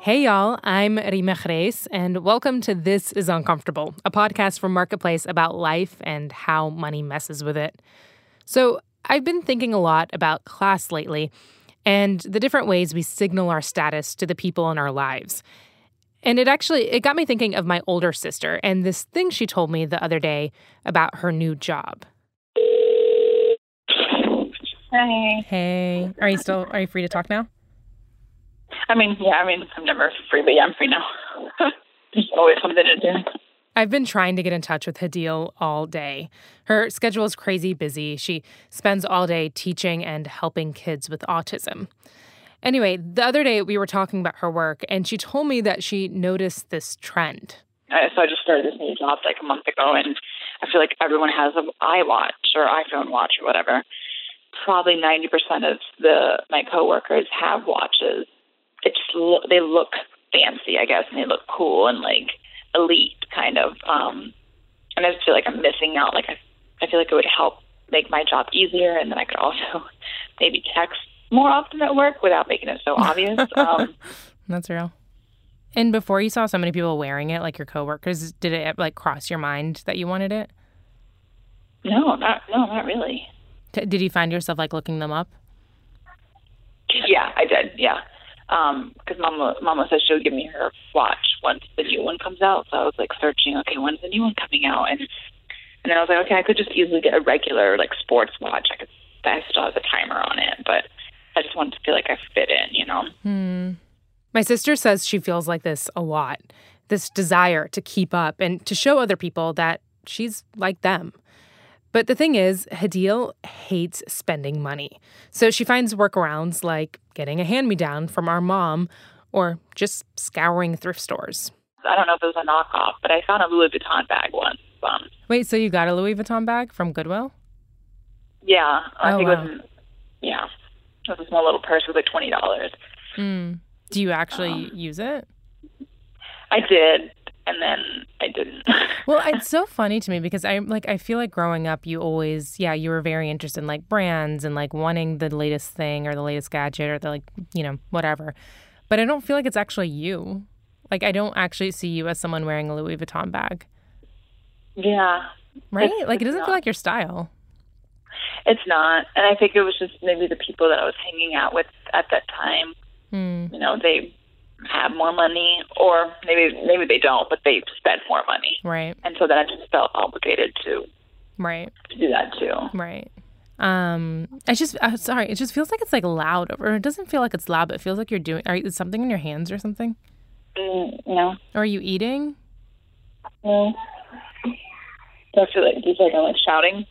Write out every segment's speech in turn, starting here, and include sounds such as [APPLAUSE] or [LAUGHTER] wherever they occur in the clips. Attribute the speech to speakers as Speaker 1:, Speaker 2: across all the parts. Speaker 1: Hey, y'all, I'm Rima Grace, and welcome to This is Uncomfortable, a podcast from Marketplace about life and how money messes with it. So, I've been thinking a lot about class lately and the different ways we signal our status to the people in our lives. And it actually it got me thinking of my older sister and this thing she told me the other day about her new job.
Speaker 2: Hey.
Speaker 1: Hey, are you still are you free to talk now?
Speaker 2: I mean, yeah, I mean, I'm never free, but yeah, I'm free now. [LAUGHS] There's always something to do.
Speaker 1: I've been trying to get in touch with Hadil all day. Her schedule is crazy busy. She spends all day teaching and helping kids with autism. Anyway, the other day we were talking about her work, and she told me that she noticed this trend.
Speaker 2: Uh, So I just started this new job like a month ago, and I feel like everyone has an iWatch or iPhone watch or whatever. Probably 90% of the my coworkers have watches. It just lo- they look fancy, I guess, and they look cool and like elite kind of. Um, and I just feel like I'm missing out. Like I, I feel like it would help make my job easier, and then I could also [LAUGHS] maybe text more often at work without making it so obvious. Um,
Speaker 1: That's real. And before you saw so many people wearing it, like your coworkers, did it like cross your mind that you wanted it?
Speaker 2: no, not no, not really.
Speaker 1: T- did you find yourself like looking them up?
Speaker 2: Yeah, I did. Yeah, because mama mama said she would give me her watch once the new one comes out. So I was like searching, okay, when's the new one coming out? And and then I was like, okay, I could just easily get a regular like sports watch. I could that still has a timer on it, but I just wanted to feel like I fit in, you know.
Speaker 1: My sister says she feels like this a lot this desire to keep up and to show other people that she's like them. But the thing is, Hadil hates spending money. So she finds workarounds like getting a hand me down from our mom or just scouring thrift stores.
Speaker 2: I don't know if it was a knockoff, but I found a Louis Vuitton bag once. Um,
Speaker 1: Wait, so you got a Louis Vuitton bag from Goodwill?
Speaker 2: yeah, I
Speaker 1: Oh,
Speaker 2: think
Speaker 1: wow.
Speaker 2: it was. Yeah, it was a small little purse. It was like twenty dollars.
Speaker 1: Do you actually use it?
Speaker 2: I did, and then I didn't. [LAUGHS]
Speaker 1: Well, it's so funny to me because I like I feel like growing up you always yeah, you were very interested in like brands and like wanting the latest thing or the latest gadget or the like, you know, whatever. But I don't feel like it's actually you. Like I don't actually see you as someone wearing a Louis Vuitton bag,
Speaker 2: yeah,
Speaker 1: right?
Speaker 2: It's-
Speaker 1: like it
Speaker 2: it's
Speaker 1: doesn't feel
Speaker 2: not.
Speaker 1: like your style.
Speaker 2: It's not. And I think it was just maybe the people that I was hanging out with at that time.
Speaker 1: Hmm.
Speaker 2: You know, they have more money or maybe maybe they don't, but they spend more money.
Speaker 1: Right.
Speaker 2: And so then I just felt obligated to,
Speaker 1: Right.
Speaker 2: to do that too.
Speaker 1: Right. Um, it's just uh, sorry. It just feels like it's like loud, or it doesn't feel like it's loud, but it feels like you're doing. Are, is something in your hands or something?
Speaker 2: Mm, no.
Speaker 1: Or are you eating?
Speaker 2: No. Do I feel like do you feel like I'm like shouting?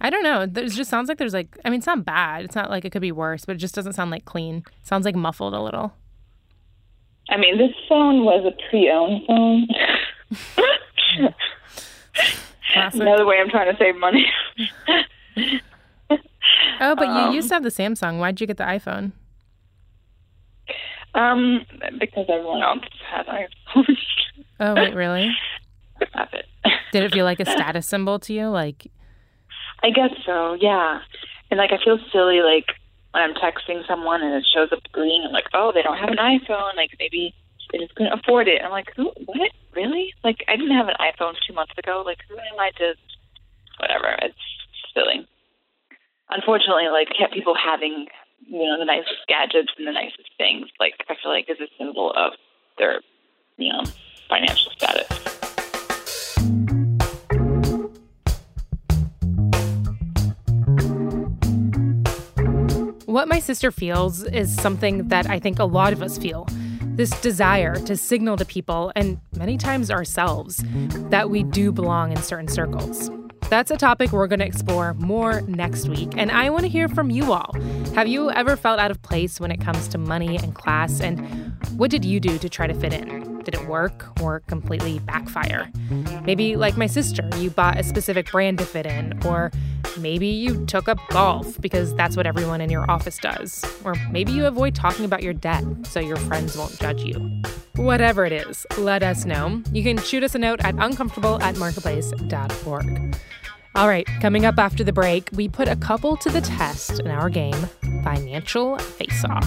Speaker 1: I don't know. There's just sounds like there's like. I mean, it's not bad. It's not like it could be worse, but it just doesn't sound like clean. Sounds like muffled a little.
Speaker 2: I mean this phone was a pre owned phone.
Speaker 1: Classic.
Speaker 2: Another way I'm trying to save money. [LAUGHS]
Speaker 1: oh, but you used to have the Samsung. Why'd you get the iPhone?
Speaker 2: um, because everyone else has iPhones.
Speaker 1: Oh wait, really?
Speaker 2: That's it. [LAUGHS]
Speaker 1: Did it feel like a status symbol to you? Like,
Speaker 2: I guess so, yeah. And like I feel silly like when I'm texting someone and it shows up green, I'm like, Oh, they don't have an iPhone, like maybe they just couldn't afford it. I'm like, Who what? Really? Like I didn't have an iPhone two months ago, like who am I to whatever. It's silly. Unfortunately, like kept people having, you know, the nicest gadgets and the nicest things, like I feel like is a symbol of their, you know, financial status.
Speaker 1: What my sister feels is something that I think a lot of us feel this desire to signal to people, and many times ourselves, that we do belong in certain circles. That's a topic we're going to explore more next week, and I want to hear from you all. Have you ever felt out of place when it comes to money and class, and what did you do to try to fit in? Did it work or completely backfire? Maybe, like my sister, you bought a specific brand to fit in, or Maybe you took up golf because that's what everyone in your office does. Or maybe you avoid talking about your debt so your friends won't judge you. Whatever it is, let us know. You can shoot us a note at uncomfortable at marketplace.org. All right, coming up after the break, we put a couple to the test in our game, Financial Face Off.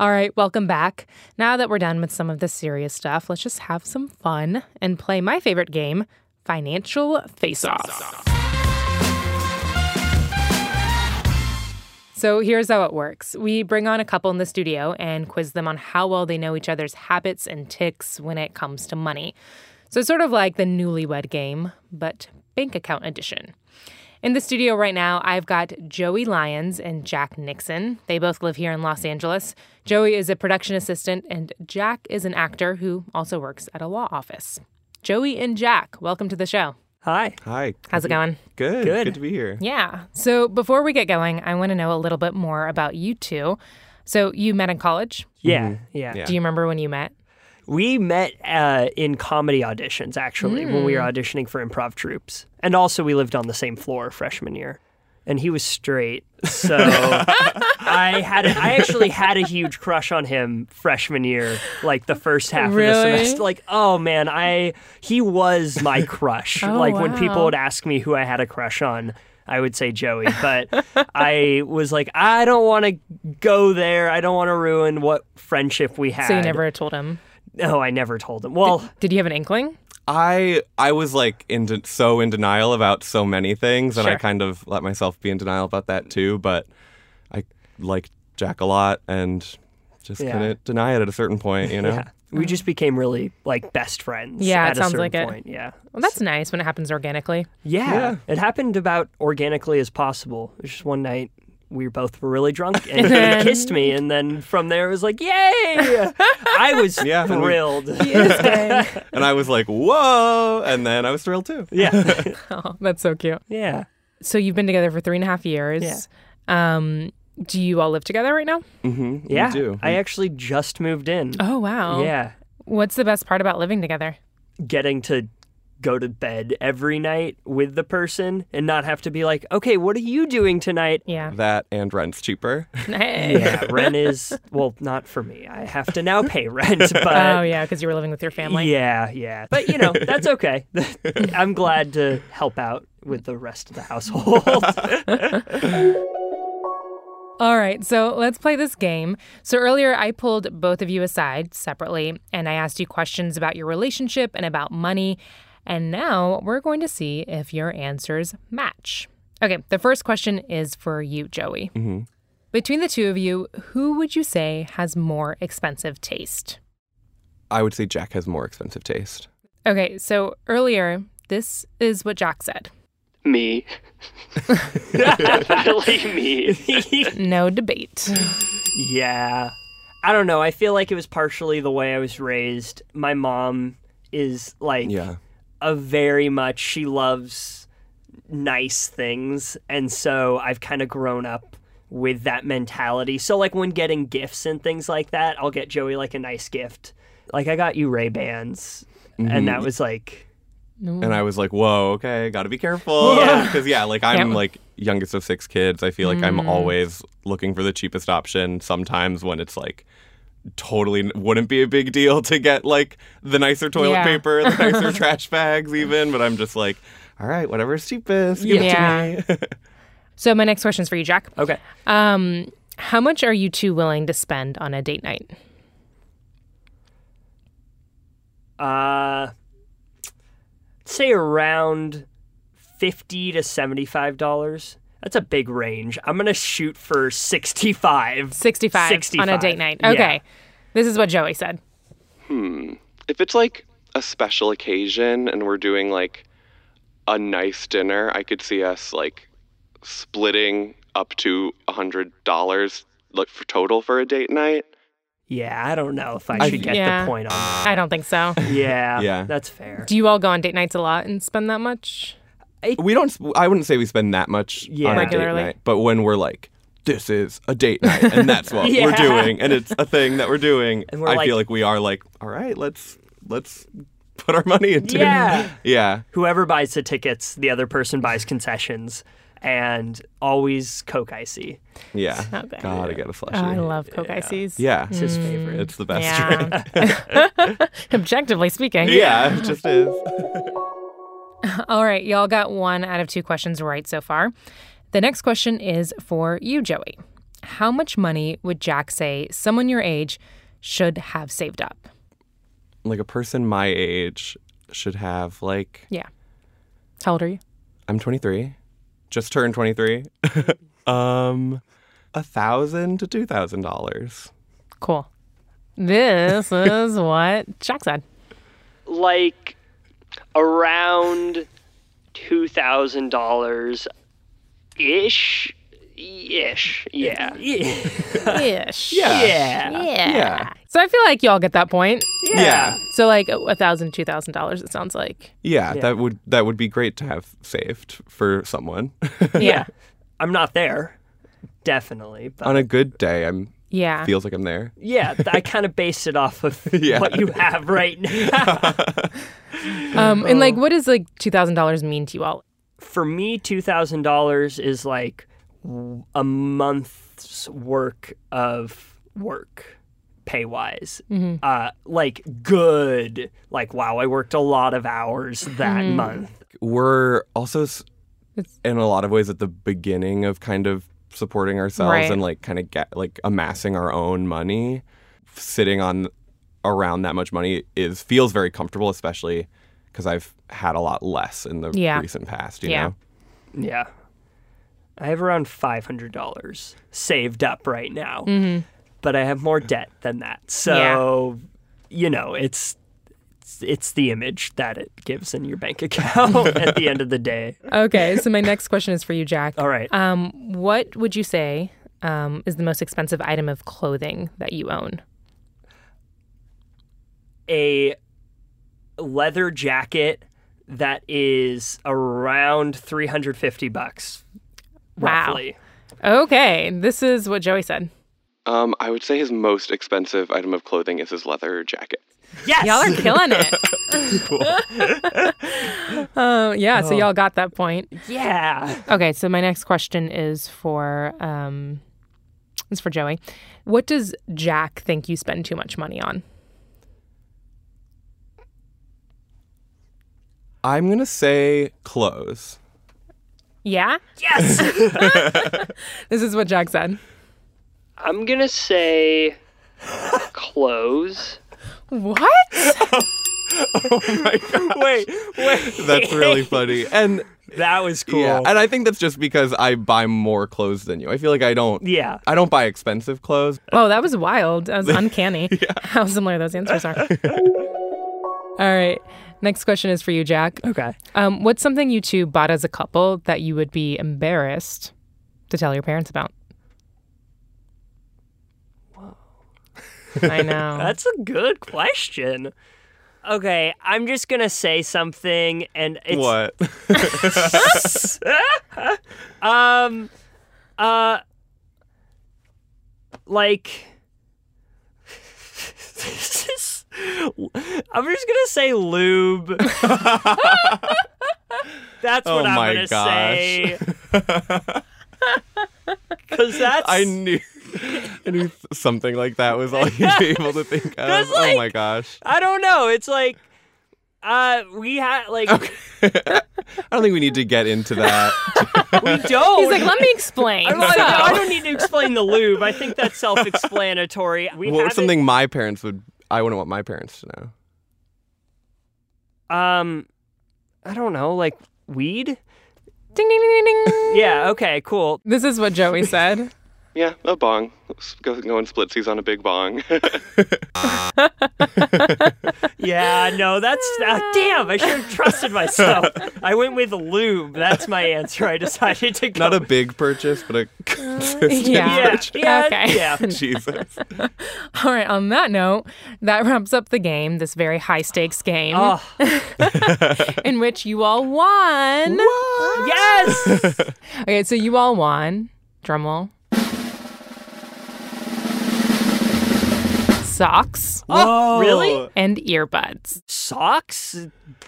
Speaker 1: All right, welcome back. Now that we're done with some of the serious stuff, let's just have some fun and play my favorite game, Financial Face Off. So here's how it works we bring on a couple in the studio and quiz them on how well they know each other's habits and ticks when it comes to money. So it's sort of like the newlywed game, but bank account edition. In the studio right now, I've got Joey Lyons and Jack Nixon. They both live here in Los Angeles. Joey is a production assistant, and Jack is an actor who also works at a law office. Joey and Jack, welcome to the show.
Speaker 3: Hi.
Speaker 4: Hi.
Speaker 1: How's it going?
Speaker 4: Good.
Speaker 3: Good.
Speaker 4: Good, to be here.
Speaker 1: Yeah. So before we get going, I want to know a little bit more about you two. So you met in college.
Speaker 3: Yeah, yeah,
Speaker 4: Yeah.
Speaker 1: Do you remember when you met?
Speaker 3: We met uh, in comedy auditions actually when
Speaker 1: Hmm.
Speaker 3: we were auditioning for improv troupes, and also we lived on the same floor freshman year. And he was straight,
Speaker 1: [LAUGHS]
Speaker 3: so I had I actually had a huge crush on him freshman year, like the first half of the
Speaker 1: Really?
Speaker 3: semester. Like, oh man, I he was my crush.
Speaker 1: [LAUGHS] Oh,
Speaker 3: like when
Speaker 1: wow.
Speaker 3: people would ask me who I had a crush on. I would say Joey, but I was like, I don't want to go there. I don't want to ruin what friendship we had.
Speaker 1: So you never told him.
Speaker 3: No, Oh, I never told him. Well,
Speaker 1: Did you have an inkling?
Speaker 4: I I was like in de- so in denial about so many things, and I
Speaker 1: Sure.
Speaker 4: kind of let myself be in denial about that too. But I liked Jack a lot, and just
Speaker 3: Yeah.
Speaker 4: couldn't deny it at a certain point.
Speaker 3: [LAUGHS]
Speaker 4: You know.
Speaker 3: yeah, we just became really like best friends.
Speaker 1: uh. Yeah, it
Speaker 3: at
Speaker 1: sounds
Speaker 3: a certain
Speaker 1: like it. Um,
Speaker 3: point. Yeah.
Speaker 1: Well, that's nice when it happens organically.
Speaker 3: yeah, It happened about organically as possible. It was just one night we both were really
Speaker 1: [LAUGHS]
Speaker 3: drunk and,
Speaker 1: then-
Speaker 3: he kissed me, and then from there it was like, yay!
Speaker 1: [LAUGHS]
Speaker 3: I was
Speaker 4: [LAUGHS] Yeah, and we-
Speaker 3: thrilled.
Speaker 4: And I was like, whoa! And then I was
Speaker 3: [LAUGHS]
Speaker 4: thrilled too. [LAUGHS]
Speaker 3: yeah,
Speaker 1: Oh, [LAUGHS] that's so cute.
Speaker 3: yeah.
Speaker 1: So you've been together for three and a half years.
Speaker 3: Yeah.
Speaker 1: Um, do you all live together right now?
Speaker 4: hmm
Speaker 3: Yeah,
Speaker 4: We do.
Speaker 3: I actually just moved in.
Speaker 1: Oh wow.
Speaker 3: Yeah,
Speaker 1: What's the best part about living together?
Speaker 3: getting to go to bed every night with the person and not have to be like, okay, what are you doing tonight? [LAUGHS]
Speaker 1: Yeah.
Speaker 4: that and rent's cheaper.
Speaker 1: Hey. [LAUGHS]
Speaker 3: yeah, rent is well, not for me. I have to now pay rent,
Speaker 1: [LAUGHS] Oh
Speaker 3: but
Speaker 1: yeah, because you were living with your family.
Speaker 3: yeah, yeah. But you know, that's okay. [LAUGHS] I'm glad to help out with the rest of the household.
Speaker 1: All right, so let's play this game. So earlier I pulled both of you aside separately and I asked you questions about your relationship and about money. And now we're going to see if your answers match. Okay, the first question is for you, Joey. Between the two of you, who would you say has more expensive taste?
Speaker 4: I would say Jack has more expensive taste.
Speaker 1: Okay, so earlier, this is what Jack said.
Speaker 5: Me. Definitely me.
Speaker 3: [LAUGHS]
Speaker 1: No debate.
Speaker 3: Yeah. I don't know. I feel like it was partially the way I was raised. My mom is like
Speaker 4: Yeah.
Speaker 3: a very much she loves nice things and so I've kind of grown up with that mentality. So like when getting gifts and things like that, I'll get Joey like a nice gift. Like I got you Ray-Bans and that was like
Speaker 4: And I was like, whoa, okay, gotta
Speaker 1: [LAUGHS]
Speaker 4: be careful. [LAUGHS] Because, yeah. like I'm
Speaker 1: Can't- Mm.
Speaker 4: like youngest of six kids. I feel like I'm always looking for the cheapest option sometimes when it's like totally n- wouldn't be a big deal to get like the nicer toilet
Speaker 1: Yeah.
Speaker 4: paper, the
Speaker 1: [LAUGHS]
Speaker 4: nicer trash bags, even. But I'm just like, all right, whatever's cheapest, give
Speaker 1: Yeah.
Speaker 4: it to me.
Speaker 1: So my next question is for you, Jack.
Speaker 3: okay.
Speaker 1: Um, how much are you two willing to spend on a date night?
Speaker 3: Uh say around 50 to 75 dollars. That's a big range. I'm going to shoot for 65.
Speaker 1: 65, on a
Speaker 3: 65.
Speaker 1: date night.
Speaker 3: Yeah.
Speaker 1: Okay. This is what Joey said.
Speaker 4: if it's like a special occasion and we're doing like a nice dinner, I could see us like splitting up to a hundred dollars like for total for a date night.
Speaker 3: Yeah, I don't know if I should get
Speaker 1: Yeah.
Speaker 3: the point on that.
Speaker 1: I don't think so.
Speaker 3: Yeah,
Speaker 4: Yeah.
Speaker 3: that's fair.
Speaker 1: Do you all go on date nights a lot and spend that much?
Speaker 4: We don't. sp- I wouldn't say we spend that much
Speaker 3: Yeah.
Speaker 4: on a date
Speaker 1: Regularly.
Speaker 4: night, but when we're like this is a date night and
Speaker 3: [LAUGHS]
Speaker 4: that's what
Speaker 3: Yeah.
Speaker 4: we're doing and it's a thing that we're doing.
Speaker 3: And we're
Speaker 4: I
Speaker 3: like-
Speaker 4: feel like we are like, all right, let's let's put our money
Speaker 3: [LAUGHS]
Speaker 4: into
Speaker 3: Yeah.
Speaker 4: it. Yeah.
Speaker 3: Whoever buys the tickets, the other person buys concessions, and always Coke icy.
Speaker 4: Yeah.
Speaker 1: not good.
Speaker 4: Gotta get a slushy.
Speaker 1: I love Coke Ices.
Speaker 4: yeah.
Speaker 3: It's Oh, his favorite.
Speaker 4: It's the best drink.
Speaker 1: Yeah. [LAUGHS] Objectively speaking.
Speaker 4: Yeah, it just is.
Speaker 1: All right, y'all got one out of two questions right so far. The next question is for you, Joey. How much money would Jack say someone your age should have saved up?
Speaker 4: Like a person my age should have like
Speaker 1: Yeah. How old are you?
Speaker 4: I'm 23. Just turned 23. [LAUGHS] um, a thousand to two thousand dollars.
Speaker 1: Cool. This is [LAUGHS] what Jack
Speaker 4: [LAUGHS]
Speaker 1: said.
Speaker 5: Like around two thousand dollars ish. Ish. Yeah.
Speaker 3: Yeah.
Speaker 1: Ish.
Speaker 3: Yeah.
Speaker 4: Yeah.
Speaker 1: So I feel like y'all get that point.
Speaker 4: Yeah.
Speaker 1: So like a thousand, two thousand dollars. It sounds like.
Speaker 4: Yeah, that would that would be great to have saved for someone. [LAUGHS]
Speaker 1: Yeah.
Speaker 3: [LAUGHS] I'm not there, definitely. But
Speaker 4: On a good day, I'm
Speaker 1: Yeah.
Speaker 4: feels like I'm there.
Speaker 3: yeah, I kind of based it off of
Speaker 4: [LAUGHS] Yeah.
Speaker 3: what you have right now. [LAUGHS]
Speaker 1: Um. And like, what does like two thousand dollars mean to you all?
Speaker 3: For me, two thousand dollars is like w- a month's work of work, pay wise. Uh, like good. Like wow, I worked a lot of hours that month.
Speaker 4: We're also s-
Speaker 1: It's-
Speaker 4: in a lot of ways at the beginning of kind of supporting ourselves
Speaker 1: Right.
Speaker 4: and like kind of get like amassing our own money. Sitting on around that much money is feels very comfortable, especially because I've had a lot less in the
Speaker 1: Yeah.
Speaker 4: recent past. You
Speaker 1: Yeah.
Speaker 4: know.
Speaker 3: Yeah. I have around $500 saved up right now,
Speaker 1: Mm-hmm.
Speaker 3: but I have more debt than that. So, you know, it's, it's it's the image that it gives in your bank [LAUGHS] account at the end of the day.
Speaker 1: Okay. [LAUGHS] So my next question is for you, Jack.
Speaker 3: All right.
Speaker 1: Um. What would you say? Um, is the most expensive item of clothing that you own.
Speaker 3: a leather jacket that is around 350 bucks
Speaker 1: Wow.
Speaker 3: roughly.
Speaker 1: Okay, this is what Joey said.
Speaker 4: Um, I would say his most expensive item of clothing is his leather jacket.
Speaker 3: Yes.
Speaker 1: Y'all are killing
Speaker 3: [LAUGHS]
Speaker 1: it. [LAUGHS] Uh, yeah,
Speaker 3: Oh.
Speaker 1: so y'all got that point.
Speaker 3: yeah.
Speaker 1: Okay, so my next question is for um, is for Joey. What does Jack think you spend too much money on?
Speaker 4: I'm gonna say clothes. [LAUGHS]
Speaker 1: Yeah,
Speaker 3: Yes.
Speaker 1: [LAUGHS] this is what Jack said.
Speaker 5: I'm gonna
Speaker 3: [LAUGHS]
Speaker 5: say clothes.
Speaker 1: What?
Speaker 3: wait, wait.
Speaker 4: That's really funny. And
Speaker 3: That was cool.
Speaker 4: yeah, and I think that's just because I buy more clothes than you. I feel like I don't.
Speaker 3: yeah.
Speaker 4: I don't buy expensive clothes.
Speaker 1: Whoa, Oh, that was wild.
Speaker 3: [LAUGHS]
Speaker 1: That was uncanny. How similar those answers are. All right, next question is for you, Jack.
Speaker 3: Okay.
Speaker 1: Um, what's something you two bought as a couple that you would be embarrassed to tell your parents about? Whoa. I know.
Speaker 3: [LAUGHS] That's a good question. Okay, I'm just gonna say something, and it's
Speaker 4: what? [LAUGHS]
Speaker 3: um, uh, like. [LAUGHS] I'm just gonna say lube.
Speaker 4: [LAUGHS]
Speaker 3: That's
Speaker 4: Oh
Speaker 3: what I'm
Speaker 4: my
Speaker 3: gonna
Speaker 4: gosh. [LAUGHS]
Speaker 3: say. Cause that's [LAUGHS]
Speaker 4: I knew. I knew something like that was all you'd be able to think
Speaker 3: [LAUGHS]
Speaker 4: of.
Speaker 3: 'Cause,
Speaker 4: oh
Speaker 3: like-
Speaker 4: my gosh!
Speaker 3: I don't know. It's like, uh, we had like
Speaker 4: I don't think we need to get into that.
Speaker 3: [LAUGHS] we don't.
Speaker 1: He's like, let me explain.
Speaker 3: [LAUGHS] I don't, I don't- I
Speaker 1: So-
Speaker 3: don't need to explain the lube. I think that's self-explanatory. [LAUGHS] We
Speaker 4: what
Speaker 3: haven't-
Speaker 4: was something my parents would? I wouldn't want my parents to know.
Speaker 3: Um, I don't know, like weed.
Speaker 1: ding, ding, ding, ding, ding.
Speaker 3: Yeah. Okay. Cool.
Speaker 1: This is what Joey said.
Speaker 4: Yeah, a bong. Go, going splitsies on a big bong.
Speaker 3: Yeah. No, that's uh, damn. I should have trusted
Speaker 4: [LAUGHS]
Speaker 3: myself. I went with lube. That's my answer. I decided to go.
Speaker 4: Not a big purchase,
Speaker 3: [LAUGHS]
Speaker 4: but a consistent
Speaker 1: Yeah.
Speaker 3: [LAUGHS] yeah.
Speaker 4: purchase.
Speaker 1: [LAUGHS]
Speaker 3: Yeah.
Speaker 1: Okay.
Speaker 3: Yeah.
Speaker 4: Jesus.
Speaker 1: All right, on that note, that wraps up the game, this very high stakes game
Speaker 3: Oh,
Speaker 1: [LAUGHS] in which you all won.
Speaker 3: yes.
Speaker 4: [LAUGHS]
Speaker 1: Okay, so you all won. Drumroll. socks,
Speaker 3: Oh, really?
Speaker 1: and earbuds.
Speaker 3: Socks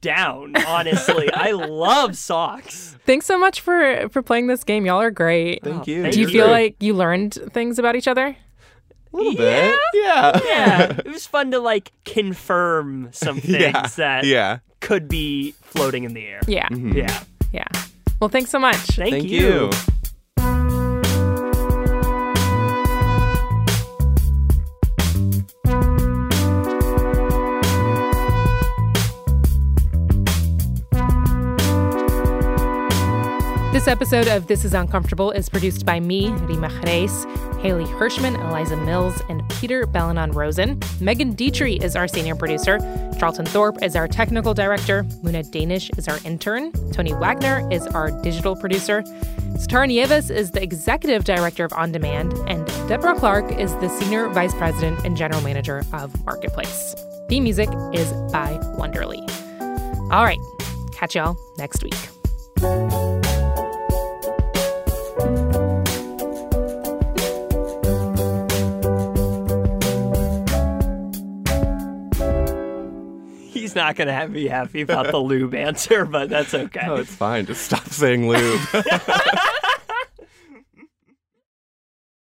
Speaker 3: down, honestly. I love
Speaker 4: [LAUGHS]
Speaker 3: socks.
Speaker 1: Thanks so much for for playing this game. Y'all are great.
Speaker 6: Thank you.
Speaker 3: thank
Speaker 1: Do you
Speaker 3: You're
Speaker 1: feel
Speaker 3: great.
Speaker 1: like you learned things about each other?
Speaker 6: a little bit? Yeah.
Speaker 4: [LAUGHS]
Speaker 3: Yeah, it was fun to like confirm some things
Speaker 6: yeah.
Speaker 3: that
Speaker 6: yeah.
Speaker 3: could be floating in the air.
Speaker 1: Yeah.
Speaker 3: Yeah.
Speaker 1: Yeah. Well, thanks so much.
Speaker 3: Thank,
Speaker 6: Thank you.
Speaker 1: This episode of This Is Uncomfortable is produced by me, Rima Reis, Haley Hirschman, Eliza Mills, and Peter Bellanon Rosen. Megan Dietrich is our senior producer. Charlton Thorpe is our technical director. Luna Danish is our intern. Tony Wagner is our digital producer. Star Nieves is the executive director of On Demand, and Deborah Clark is the senior vice president and general manager of Marketplace. Theme music is by Wonderly. All right, catch y'all next week.
Speaker 3: [LAUGHS] He's not going to [LAUGHS]
Speaker 4: Oh,
Speaker 3: be happy about the lube answer, but that's okay.
Speaker 6: Oh, it's fine. Just stop saying lube.